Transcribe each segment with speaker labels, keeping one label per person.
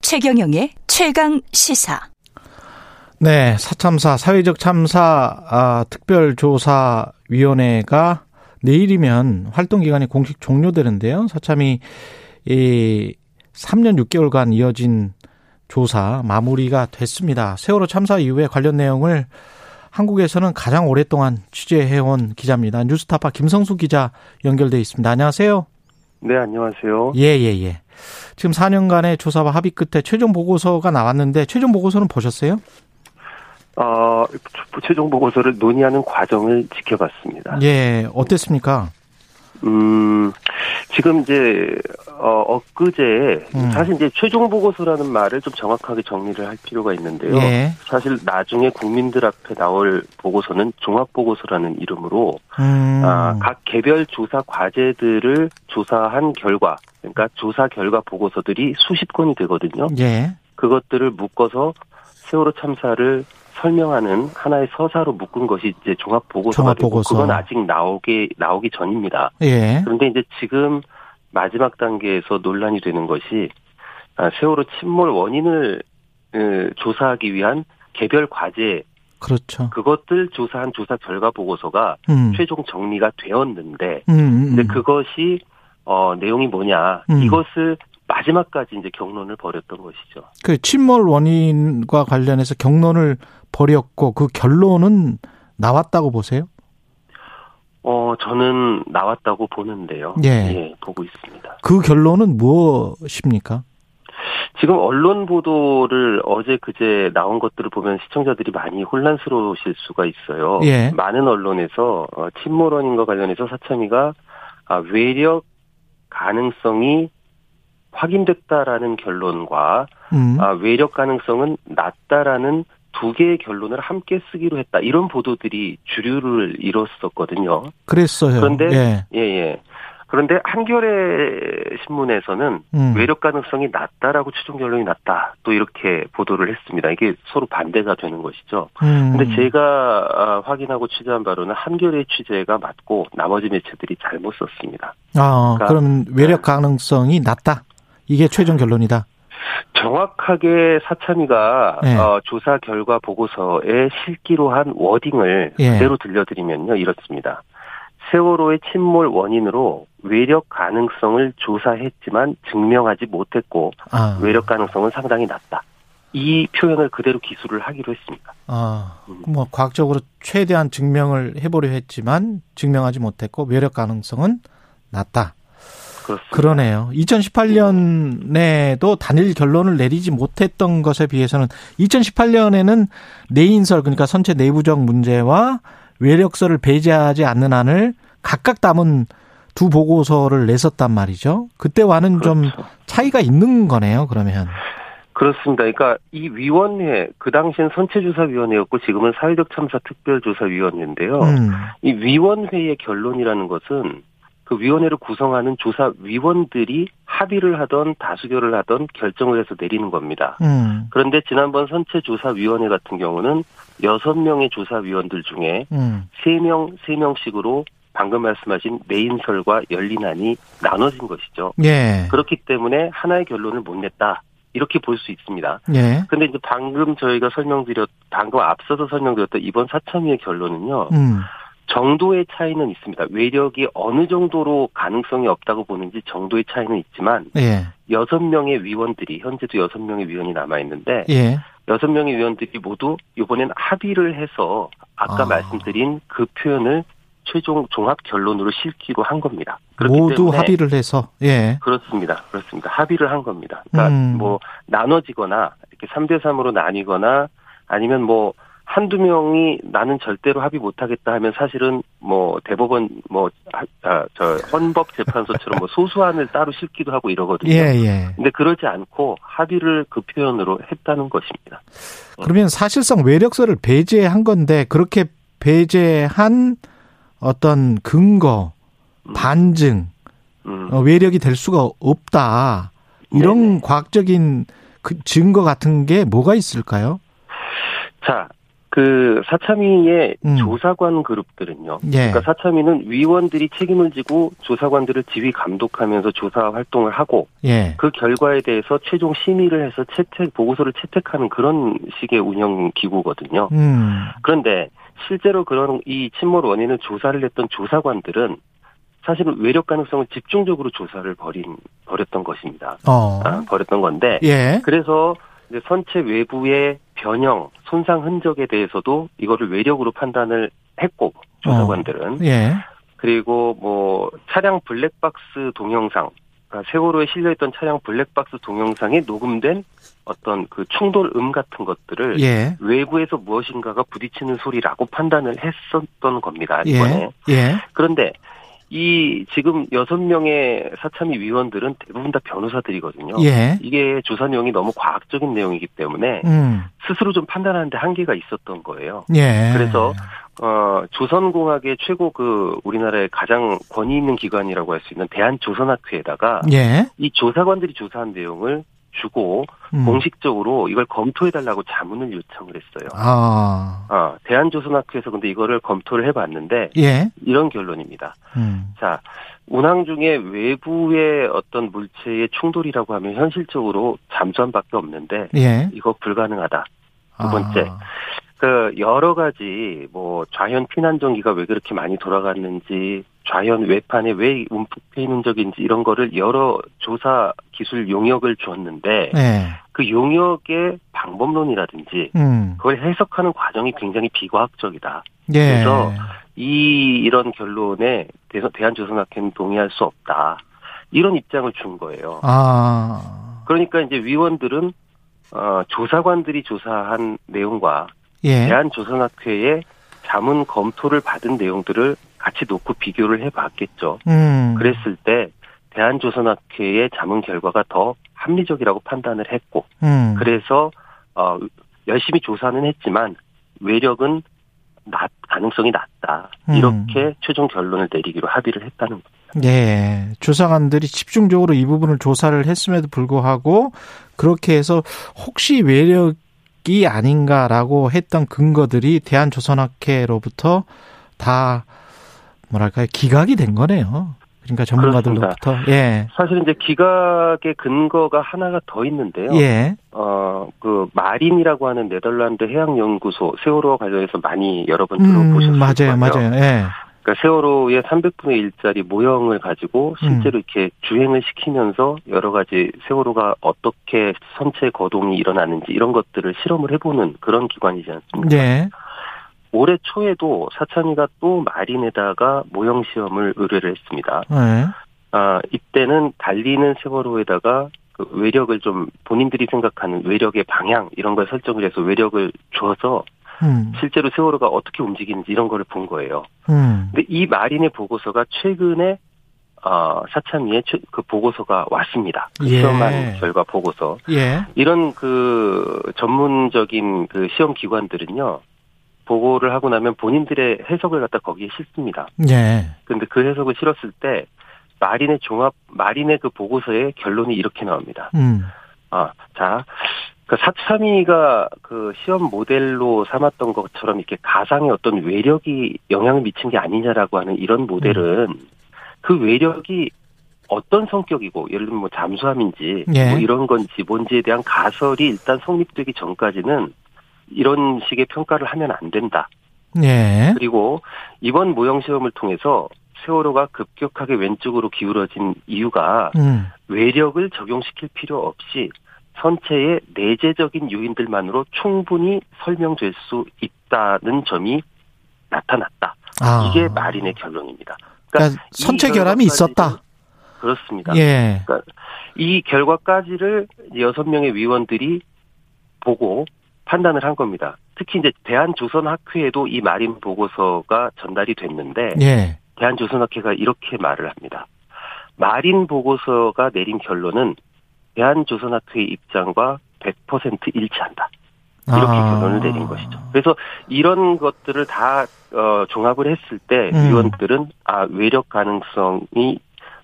Speaker 1: 최경영의 최강 시사.
Speaker 2: 네, 사참사 사회적 참사 아, 특별조사위원회가 내일이면 활동 기간이 공식 종료되는데요. 사참이 이 3년 6개월간 이어진 조사 마무리가 됐습니다. 세월호 참사 이후에 관련 내용을 한국에서는 가장 오랫동안 취재해온 기자입니다. 뉴스타파 김성수 기자 연결돼 있습니다. 안녕하세요.
Speaker 3: 네, 안녕하세요.
Speaker 2: 예, 예, 예. 지금 4년간의 조사와 합의 끝에 최종 보고서가 나왔는데 최종 보고서는 보셨어요?
Speaker 3: 어, 최종 보고서를 논의하는 과정을 지켜봤습니다.
Speaker 2: 예, 어땠습니까?
Speaker 3: 음, 지금 이제, 어, 엊그제,
Speaker 2: 음.
Speaker 3: 사실 이제 최종 보고서라는 말을 좀 정확하게 정리를 할 필요가 있는데요.
Speaker 2: 예.
Speaker 3: 사실 나중에 국민들 앞에 나올 보고서는 종합보고서라는 이름으로,
Speaker 2: 음.
Speaker 3: 아, 각 개별 조사 과제들을 조사한 결과, 그러니까 조사 결과 보고서들이 수십 건이 되거든요.
Speaker 2: 예.
Speaker 3: 그것들을 묶어서 세월호 참사를 설명하는 하나의 서사로 묶은 것이 이제 종합 보고서가 되고
Speaker 2: 종합보고서.
Speaker 3: 그건 아직 나오기 나오기 전입니다.
Speaker 2: 예.
Speaker 3: 그런데 이제 지금 마지막 단계에서 논란이 되는 것이 아, 세월호 침몰 원인을 에, 조사하기 위한 개별 과제
Speaker 2: 그렇죠.
Speaker 3: 그것들 조사한 조사 결과 보고서가
Speaker 2: 음.
Speaker 3: 최종 정리가 되었는데
Speaker 2: 음, 음,
Speaker 3: 근데
Speaker 2: 음.
Speaker 3: 그것이 어 내용이 뭐냐
Speaker 2: 음.
Speaker 3: 이것을 마지막까지 이제 경론을 벌였던 것이죠.
Speaker 2: 그 침몰 원인과 관련해서 경론을 벌였고 그 결론은 나왔다고 보세요?
Speaker 3: 어, 저는 나왔다고 보는데요.
Speaker 2: 예.
Speaker 3: 보고 있습니다.
Speaker 2: 그 결론은 무엇입니까?
Speaker 3: 지금 언론 보도를 어제 그제 나온 것들을 보면 시청자들이 많이 혼란스러우실 수가 있어요.
Speaker 2: 예.
Speaker 3: 많은 언론에서 어, 침몰원인과 관련해서 사참위가 아, 외력 가능성이 확인됐다라는 결론과
Speaker 2: 음.
Speaker 3: 아, 외력 가능성은 낮다라는 두 개의 결론을 함께 쓰기로 했다. 이런 보도들이 주류를 이뤘었거든요.
Speaker 2: 그랬어요.
Speaker 3: 그런데
Speaker 2: 예.
Speaker 3: 예, 예. 그런데 한겨레 신문에서는
Speaker 2: 음.
Speaker 3: 외력 가능성이 낮다라고 최종 결론이 났다. 또 이렇게 보도를 했습니다. 이게 서로 반대가 되는 것이죠.
Speaker 2: 음.
Speaker 3: 근데 제가 아, 확인하고 취재한 바로는 한겨레 취재가 맞고 나머지 매체들이 잘못 썼습니다.
Speaker 2: 아,
Speaker 3: 그러니까-
Speaker 2: 그럼 외력 가능성이 낮다. 이게 최종 결론이다.
Speaker 3: 정확하게 사참위가
Speaker 2: 네.
Speaker 3: 어, 조사 결과 보고서에 실기로 한 워딩을
Speaker 2: 예.
Speaker 3: 그대로 들려드리면요 이렇습니다. 세월호의 침몰 원인으로 외력 가능성을 조사했지만 증명하지 못했고
Speaker 2: 아.
Speaker 3: 외력 가능성은 상당히 낮다. 이 표현을 그대로 기술을 하기로 했습니다.
Speaker 2: 아, 뭐 과학적으로 최대한 증명을 해보려 했지만 증명하지 못했고 외력 가능성은 낮다.
Speaker 3: 그렇습니다.
Speaker 2: 그러네요. 2018년에도 단일 결론을 내리지 못했던 것에 비해서는 2018년에는 내인설 그러니까 선체 내부적 문제와 외력설을 배제하지 않는 한을 각각 담은 두 보고서를 냈었단 말이죠. 그때와는 좀
Speaker 3: 그렇죠.
Speaker 2: 차이가 있는 거네요. 그러면
Speaker 3: 그렇습니다. 그러니까 이 위원회 그 당시엔 선체조사위원회였고 지금은 사회적 참사 특별조사위원회인데요.
Speaker 2: 음,
Speaker 3: 이 위원회의 결론이라는 것은 그 위원회를 구성하는 조사위원들이 합의를 하던 다수결을 하던 결정을 해서 내리는 겁니다.
Speaker 2: 음,
Speaker 3: 그런데 지난번 선체조사위원회 같은 경우는 여섯 명의 조사위원들 중에
Speaker 2: 음,
Speaker 3: 세명세명씩으로 방금 말씀하신 내인설과 열린안이 나눠진 것이죠.
Speaker 2: 예,
Speaker 3: 그렇기 때문에 하나의 결론을 못 냈다. 이렇게 볼 수 있습니다.
Speaker 2: 예,
Speaker 3: 근데 이제 방금 저희가 설명드렸, 방금 앞서서 설명드렸던 이번 사참위의 결론은요,
Speaker 2: 음.
Speaker 3: 정도의 차이는 있습니다. 외력이 어느 정도로 가능성이 없다고 보는지 정도의 차이는 있지만,
Speaker 2: 예,
Speaker 3: 여섯 명의 위원들이, 현재도 여섯 명의 위원이 남아있는데,
Speaker 2: 예.
Speaker 3: 여섯 명의 위원들이 모두 이번엔 합의를 해서 아까
Speaker 2: 아.
Speaker 3: 말씀드린 그 표현을 최종 종합 결론으로 실기로 한 겁니다. 그렇기
Speaker 2: 모두
Speaker 3: 때문에
Speaker 2: 합의를 해서 예.
Speaker 3: 그렇습니다. 그렇습니다. 합의를 한 겁니다. 그러니까
Speaker 2: 음.
Speaker 3: 뭐 나눠지거나 이렇게 3대 3으로 나뉘거나 아니면 뭐 한두 명이 나는 절대로 합의 못 하겠다 하면 사실은 뭐 대법원 뭐저 헌법 재판소처럼 뭐 소수안을 따로 실기도 하고 이러거든요.
Speaker 2: 예, 예.
Speaker 3: 근데 그러지 않고 합의를 그 표현으로 했다는 것입니다.
Speaker 2: 그러면 사실상 외력서를 배제한 건데 그렇게 배제한 어떤 근거, 반증,
Speaker 3: 음.
Speaker 2: 어, 외력이 될 수가 없다. 이런 과학적인 그 증거 같은 게 뭐가 있을까요?
Speaker 3: 자, 그 사참위의
Speaker 2: 음.
Speaker 3: 조사관 그룹들은요.
Speaker 2: 예.
Speaker 3: 그러니까 사참위는 위원들이 책임을 지고 조사관들을 지휘 감독하면서 조사 활동을 하고
Speaker 2: 예.
Speaker 3: 그 결과에 대해서 최종 심의를 해서 채택 보고서를 채택하는 그런 식의 운영 기구거든요.
Speaker 2: 음.
Speaker 3: 그런데 실제로 그런 이 침몰 원인을 조사를 했던 조사관들은 사실은 외력 가능성을 집중적으로 조사를 벌인 벌였던 것입니다.
Speaker 2: 어.
Speaker 3: 아, 벌였던 건데
Speaker 2: 예.
Speaker 3: 그래서 이제 선체 외부의 변형, 손상 흔적에 대해서도 이거를 외력으로 판단을 했고 조사관들은
Speaker 2: 예.
Speaker 3: 그리고 뭐 차량 블랙박스 동영상 그러니까 세월호에 실려있던 차량 블랙박스 동영상에 녹음된 어떤 그 충돌음 같은 것들을
Speaker 2: 예.
Speaker 3: 외부에서 무엇인가가 부딪히는 소리라고 판단을 했었던 겁니다 아, 이번에
Speaker 2: 예. 예.
Speaker 3: 그런데 이 지금 여섯 명의 사참위 위원들은 대부분 다 변호사들이거든요.
Speaker 2: 예.
Speaker 3: 이게 조사 내용이 너무 과학적인 내용이기 때문에
Speaker 2: 음.
Speaker 3: 스스로 좀 판단하는데 한계가 있었던 거예요.
Speaker 2: 예.
Speaker 3: 그래서 어, 조선공학의 최고 그 우리나라의 가장 권위 있는 기관이라고 할 수 있는 대한조선학회에다가
Speaker 2: 예.
Speaker 3: 이 조사관들이 조사한 내용을 주고
Speaker 2: 음.
Speaker 3: 공식적으로 이걸 검토해달라고 자문을 요청을 했어요.
Speaker 2: 아.
Speaker 3: 아, 대한조선학회에서 근데 이거를 검토를 해봤는데
Speaker 2: 예.
Speaker 3: 이런 결론입니다.
Speaker 2: 음.
Speaker 3: 자, 운항 중에 외부의 어떤 물체의 충돌이라고 하면 현실적으로 잠수함밖에 없는데
Speaker 2: 예.
Speaker 3: 이거 불가능하다.
Speaker 2: 아.
Speaker 3: 번째. 그 여러 가지 뭐 좌현 피난전기가 왜 그렇게 많이 돌아갔는지 좌현 외판에 왜 움푹 패인 흔적인지 이런 거를 여러 조사 기술 용역을 주었는데
Speaker 2: 예.
Speaker 3: 그 용역의 방법론이라든지
Speaker 2: 음.
Speaker 3: 그걸 해석하는 과정이 굉장히 비과학적이다.
Speaker 2: 예.
Speaker 3: 그래서 이 이런 결론에 대해서 대한조선학회는 동의할 수 없다. 이런 입장을 준 거예요.
Speaker 2: 아.
Speaker 3: 그러니까 이제 위원들은 어, 조사관들이 조사한 내용과
Speaker 2: 예.
Speaker 3: 대한조선학회의 자문 검토를 받은 내용들을 같이 놓고 비교를 해봤겠죠.
Speaker 2: 음.
Speaker 3: 그랬을 때 대한조선학회의 자문 결과가 더 합리적이라고 판단을 했고,
Speaker 2: 음.
Speaker 3: 그래서 어, 열심히 조사는 했지만 외력은 낮, 가능성이 낮다.
Speaker 2: 음.
Speaker 3: 이렇게 최종 결론을 내리기로 합의를 했다는 거예요.
Speaker 2: 예, 조사관들이 집중적으로 이 부분을 조사를 했음에도 불구하고 그렇게 해서 혹시 외력이 아닌가라고 했던 근거들이 대한조선학회로부터 다 뭐랄까요 기각이 된 거네요. 그러니까 전문가들로부터 예,
Speaker 3: 사실 이제 기각의 근거가 하나가 더 있는데요.
Speaker 2: 예,
Speaker 3: 어, 그, 마린이라고 하는 네덜란드 해양연구소, 세월호와 관련해서 많이 여러 번 들어보셨을
Speaker 2: 음, 맞아요,
Speaker 3: 거예요.
Speaker 2: 맞아요, 예,
Speaker 3: 그러니까 세월호의 300분의 1짜리 모형을 가지고 실제로 이렇게 주행을 시키면서 여러 가지 세월호가 어떻게 선체 거동이 일어나는지 이런 것들을 실험을 해보는 그런 기관이지 않습니까?
Speaker 2: 예,
Speaker 3: 올해 초에도 사천이가 또 마린에다가 모형 시험을 의뢰를 했습니다.
Speaker 2: 예,
Speaker 3: 아, 이때는 달리는 세월호에다가 그 외력을 좀 본인들이 생각하는 외력의 방향 이런 걸 설정을 해서 외력을 줘서
Speaker 2: 음,
Speaker 3: 실제로 세월호가 어떻게 움직이는지 이런 거를 본 거예요.
Speaker 2: 음,
Speaker 3: 근데 이 마린의 보고서가 최근에 어, 사참위에 최- 그 보고서가 왔습니다. 그
Speaker 2: 예.
Speaker 3: 시험한 결과 보고서.
Speaker 2: 예,
Speaker 3: 이런 그 전문적인 그 시험 기관들은요. 보고를 하고 나면 본인들의 해석을 갖다 거기에 싣습니다.
Speaker 2: 예,
Speaker 3: 근데 그 해석을 실었을 때 마린의 종합 마린의 그 보고서의 결론이 이렇게 나옵니다.
Speaker 2: 음,
Speaker 3: 아, 자, 그 사참위가 그 시험 모델로 삼았던 것처럼 이렇게 가상의 어떤 외력이 영향을 미친 게 아니냐라고 하는 이런 모델은 그 외력이 어떤 성격이고 예를 들면 뭐 잠수함인지
Speaker 2: 예.
Speaker 3: 뭐 이런 건지 뭔지에 대한 가설이 일단 성립되기 전까지는 이런 식의 평가를 하면 안 된다.
Speaker 2: 예,
Speaker 3: 그리고 이번 모형 시험을 통해서 세월호가 급격하게 왼쪽으로 기울어진 이유가
Speaker 2: 음,
Speaker 3: 외력을 적용시킬 필요 없이 선체의 내재적인 요인들만으로 충분히 설명될 수 있다는 점이 나타났다.
Speaker 2: 아,
Speaker 3: 이게 마린의 결론입니다.
Speaker 2: 그러니까
Speaker 3: 이
Speaker 2: 선체 결함이 있었다.
Speaker 3: 그렇습니다.
Speaker 2: 예,
Speaker 3: 이 결과까지를 여섯 명의 위원들이 보고 판단을 한 겁니다. 특히 이제 대한조선학회에도 이 마린 보고서가 전달이 됐는데
Speaker 2: 예,
Speaker 3: 대한조선학회가 이렇게 말을 합니다. 마린 보고서가 내린 결론은 대한조선학회의 입장과 100% 일치한다. 이렇게
Speaker 2: 아.
Speaker 3: 결론을 내린 것이죠. 그래서 이런 것들을 다 어, 종합을 했을 때
Speaker 2: 음.
Speaker 3: 위원들은 아 외력 가능성이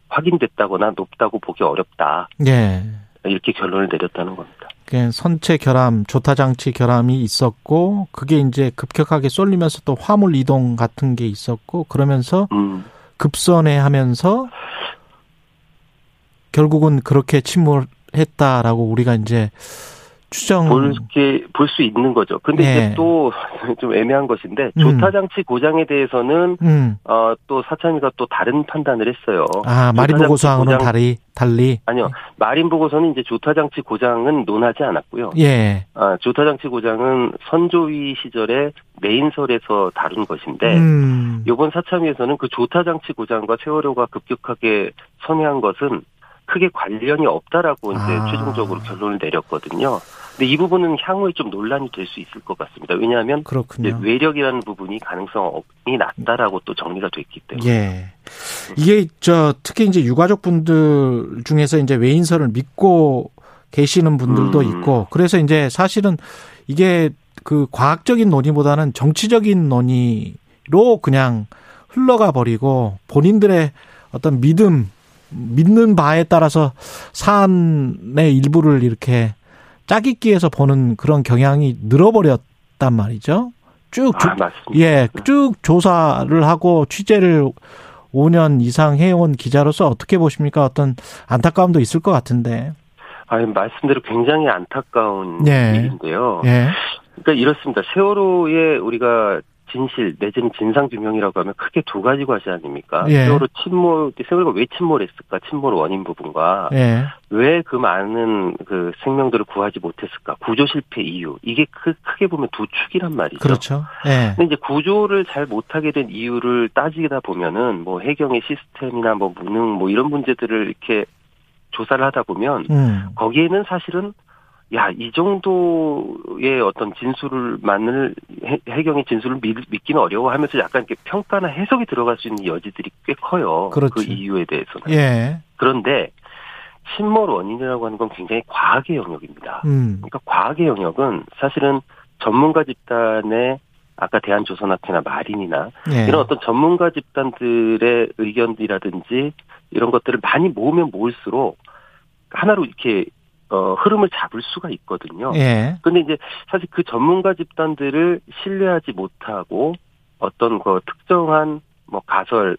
Speaker 3: 확인됐다거나 높다고 보기 어렵다.
Speaker 2: 예.
Speaker 3: 이렇게 결론을 내렸다는 겁니다.
Speaker 2: 그게 선체 결함, 조타 장치 결함이 있었고 그게 이제 급격하게 쏠리면서 또 화물 이동 같은 게 있었고 그러면서
Speaker 3: 음,
Speaker 2: 급선회 하면서 결국은 그렇게 침몰했다라고 우리가 이제 추정
Speaker 3: 볼게 볼 수 있는 거죠. 근데
Speaker 2: 예.
Speaker 3: 이게 또 좀 애매한 것인데
Speaker 2: 음.
Speaker 3: 조타 장치 고장에 대해서는
Speaker 2: 음.
Speaker 3: 어, 또 사찬이가 또 다른 판단을 했어요.
Speaker 2: 아, 마리노
Speaker 3: 조타 장치
Speaker 2: 고수하고는
Speaker 3: 고장-
Speaker 2: 달리 달리
Speaker 3: 아니요. 마린 보고서는 이제 조타 장치 고장은 논하지 않았고요.
Speaker 2: 예.
Speaker 3: 아, 조타 장치 고장은 선조위 시절에 내인설에서 다룬 것인데
Speaker 2: 음.
Speaker 3: 이번 사참위에서는 그 조타 장치 고장과 세월호가 급격하게 선회한 것은 크게 관련이 없다라고 이제
Speaker 2: 아.
Speaker 3: 최종적으로 결론을 내렸거든요. 근데 이 부분은 향후에 좀 논란이 될 수 있을 것 같습니다. 왜냐하면 이제
Speaker 2: 그렇군요.
Speaker 3: 외력이라는 부분이 가능성이 낮다라고 또 정리가 됐기 때문에.
Speaker 2: 예. 이게 저 특히 이제 유가족 분들 중에서 이제 외인설을 믿고 계시는 분들도
Speaker 3: 음.
Speaker 2: 있고 그래서 이제 사실은 이게 그 과학적인 논의보다는 정치적인 논의로 그냥 흘러가 버리고 본인들의 어떤 믿음 믿는 바에 따라서 사안의 일부를 이렇게 짜깁기해서 보는 그런 경향이 늘어버렸단 말이죠. 쭉 조-
Speaker 3: 아, 맞습니다.
Speaker 2: 예, 쭉 조사를 하고 취재를 5년 이상 해온 기자로서 어떻게 보십니까? 어떤 안타까움도 있을 것 같은데.
Speaker 3: 아, 말씀대로 굉장히 안타까운
Speaker 2: 예.
Speaker 3: 일인데요.
Speaker 2: 예.
Speaker 3: 그러니까 이렇습니다. 세월호의 우리가 진실 내지는 진상 규명이라고 하면 크게 두 가지 과제 아닙니까?
Speaker 2: 예.
Speaker 3: 세월호 침몰, 세월호가 왜 침몰했을까? 침몰 원인 부분과
Speaker 2: 예.
Speaker 3: 왜 그 많은 그 생명들을 구하지 못했을까? 구조 실패 이유 이게 크, 크게 보면 두 축이란 말이죠.
Speaker 2: 그렇죠. 예.
Speaker 3: 근데 이제 구조를 잘 못하게 된 이유를 따지다 보면은 뭐 해경의 시스템이나 뭐 무능 뭐 이런 문제들을 이렇게 조사를 하다 보면
Speaker 2: 음.
Speaker 3: 거기에는 사실은 야 이 정도의 어떤 진술을 만을 해- 해경의 진술을 믿, 믿기는 어려워하면서 약간 이렇게 평가나 해석이 들어갈 수 있는 여지들이 꽤 커요.
Speaker 2: 그렇지.
Speaker 3: 그 이유에 대해서는.
Speaker 2: 그렇죠. 예.
Speaker 3: 그런데 침몰 원인이라고 하는 건 굉장히 과학의 영역입니다.
Speaker 2: 음.
Speaker 3: 그러니까 과학의 영역은 사실은 전문가 집단의 아까 대한조선학회나 마린이나
Speaker 2: 예.
Speaker 3: 이런 어떤 전문가 집단들의 의견이라든지 이런 것들을 많이 모으면 모을수록 하나로 이렇게 어, 흐름을 잡을 수가 있거든요.
Speaker 2: 예.
Speaker 3: 근데 이제 사실 그 전문가 집단들을 신뢰하지 못하고 어떤 그 특정한 뭐 가설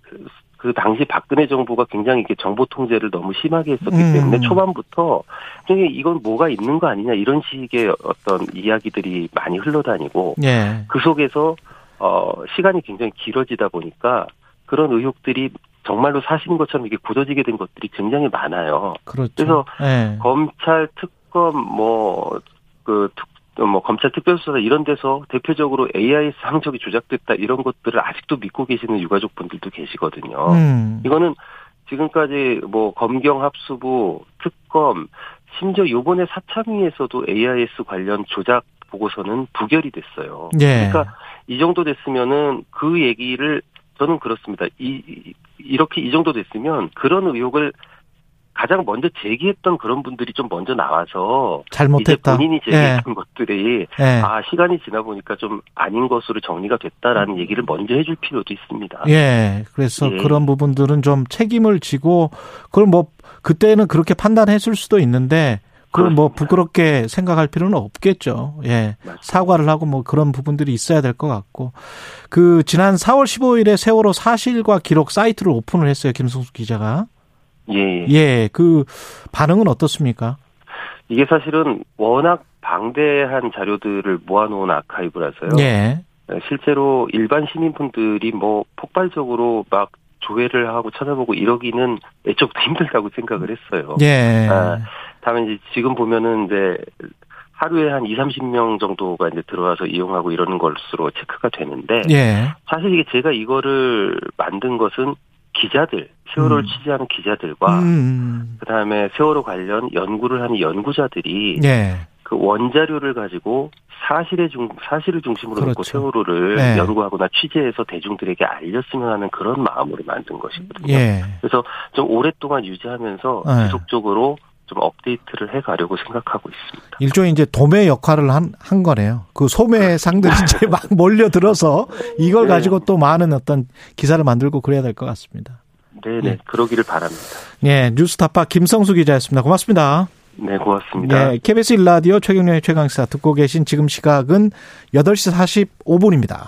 Speaker 3: 그 당시 박근혜 정부가 굉장히 이렇게 정보 통제를 너무 심하게 했었기
Speaker 2: 음.
Speaker 3: 때문에 초반부터 굉장히 이건 뭐가 있는 거 아니냐 이런 식의 어떤 이야기들이 많이 흘러다니고
Speaker 2: 예.
Speaker 3: 그 속에서 어 시간이 굉장히 길어지다 보니까 그런 의혹들이 정말로 사실인 것처럼 이게 굳어지게 된 것들이 굉장히 많아요.
Speaker 2: 그렇죠.
Speaker 3: 그래서
Speaker 2: 예.
Speaker 3: 검찰 특검 뭐, 뭐그 뭐 검찰 특별수사 이런 데서 대표적으로 AIS 항적이 조작됐다 이런 것들을 아직도 믿고 계시는 유가족 분들도 계시거든요.
Speaker 2: 음.
Speaker 3: 어, 이거는 지금까지 뭐 검경 합수부 특검 심지어 요번에 사참위에서도 AIS 관련 조작 보고서는 부결이 됐어요.
Speaker 2: 예.
Speaker 3: 그러니까 이 정도 됐으면은 그 얘기를 저는 그렇습니다. 이- 이 이렇게 이 정도 됐으면 그런 의혹을 가장 먼저 제기했던 그런 분들이 좀 먼저 나와서 이제
Speaker 2: 잘못했다.
Speaker 3: 본인이
Speaker 2: 예.
Speaker 3: 제기했던 것들이
Speaker 2: 예.
Speaker 3: 아 시간이 지나 보니까 좀 아닌 것으로 정리가 됐다라는 얘기를 먼저 해줄 필요도 있습니다.
Speaker 2: 음. 예. 그래서
Speaker 3: 예.
Speaker 2: 그런 부분들은 좀 책임을 지고 그걸 뭐 그때는 그렇게 판단했을 수도 있는데 그걸 뭐
Speaker 3: 그렇습니다.
Speaker 2: 부끄럽게 생각할 필요는 없겠죠. 예.
Speaker 3: 맞습니다.
Speaker 2: 사과를 하고 뭐 그런 부분들이 있어야 될 것 같고 그 지난 4월 15일에 세월호 사실과 기록 사이트를 오픈을 했어요 김성수 기자가
Speaker 3: 예, 예.
Speaker 2: 예그 반응은 어떻습니까?
Speaker 3: 이게 사실은 워낙 방대한 자료들을 모아놓은 아카이브라서요.
Speaker 2: 예
Speaker 3: 네, 실제로 일반 시민분들이 뭐 폭발적으로 막 조회를 하고 찾아보고 이러기는 애초부터 힘들다고 생각을 했어요.
Speaker 2: 예
Speaker 3: 아, 다만 이제 지금 보면은 이제 하루에 한 2, 30명 정도가 이제 들어와서 이용하고 이러는 것으로 체크가 되는데
Speaker 2: 예
Speaker 3: 사실 이게 제가 이거를 만든 것은 기자들, 세월호를
Speaker 2: 음.
Speaker 3: 취재하는 기자들과
Speaker 2: 음,
Speaker 3: 그다음에 세월호 관련 연구를 하는 연구자들이
Speaker 2: 예
Speaker 3: 그 원자료를 가지고 사실의 중 사실을 중심으로 놓고
Speaker 2: 그렇죠.
Speaker 3: 세월호를
Speaker 2: 네.
Speaker 3: 연구하거나 취재해서 대중들에게 알렸으면 하는 그런 마음으로 만든 것이거든요.
Speaker 2: 예.
Speaker 3: 그래서 좀 오랫동안 유지하면서
Speaker 2: 네.
Speaker 3: 지속적으로 좀 업데이트를 해가려고 생각하고 있습니다.
Speaker 2: 일종의 이제 도매 역할을 한, 한 거네요. 그 소매상들이 이제 막 몰려들어서 이걸
Speaker 3: 네.
Speaker 2: 가지고 또 많은 어떤 기사를 만들고 그래야 될 것 같습니다.
Speaker 3: 네네
Speaker 2: 예.
Speaker 3: 그러기를 바랍니다.
Speaker 2: 예, 뉴스타파 김성수 기자였습니다. 고맙습니다.
Speaker 3: 네, 고맙습니다.
Speaker 2: 네, KBS 일라디오 최경련의 최강시사 듣고 계신 지금 시각은 8시 45분입니다.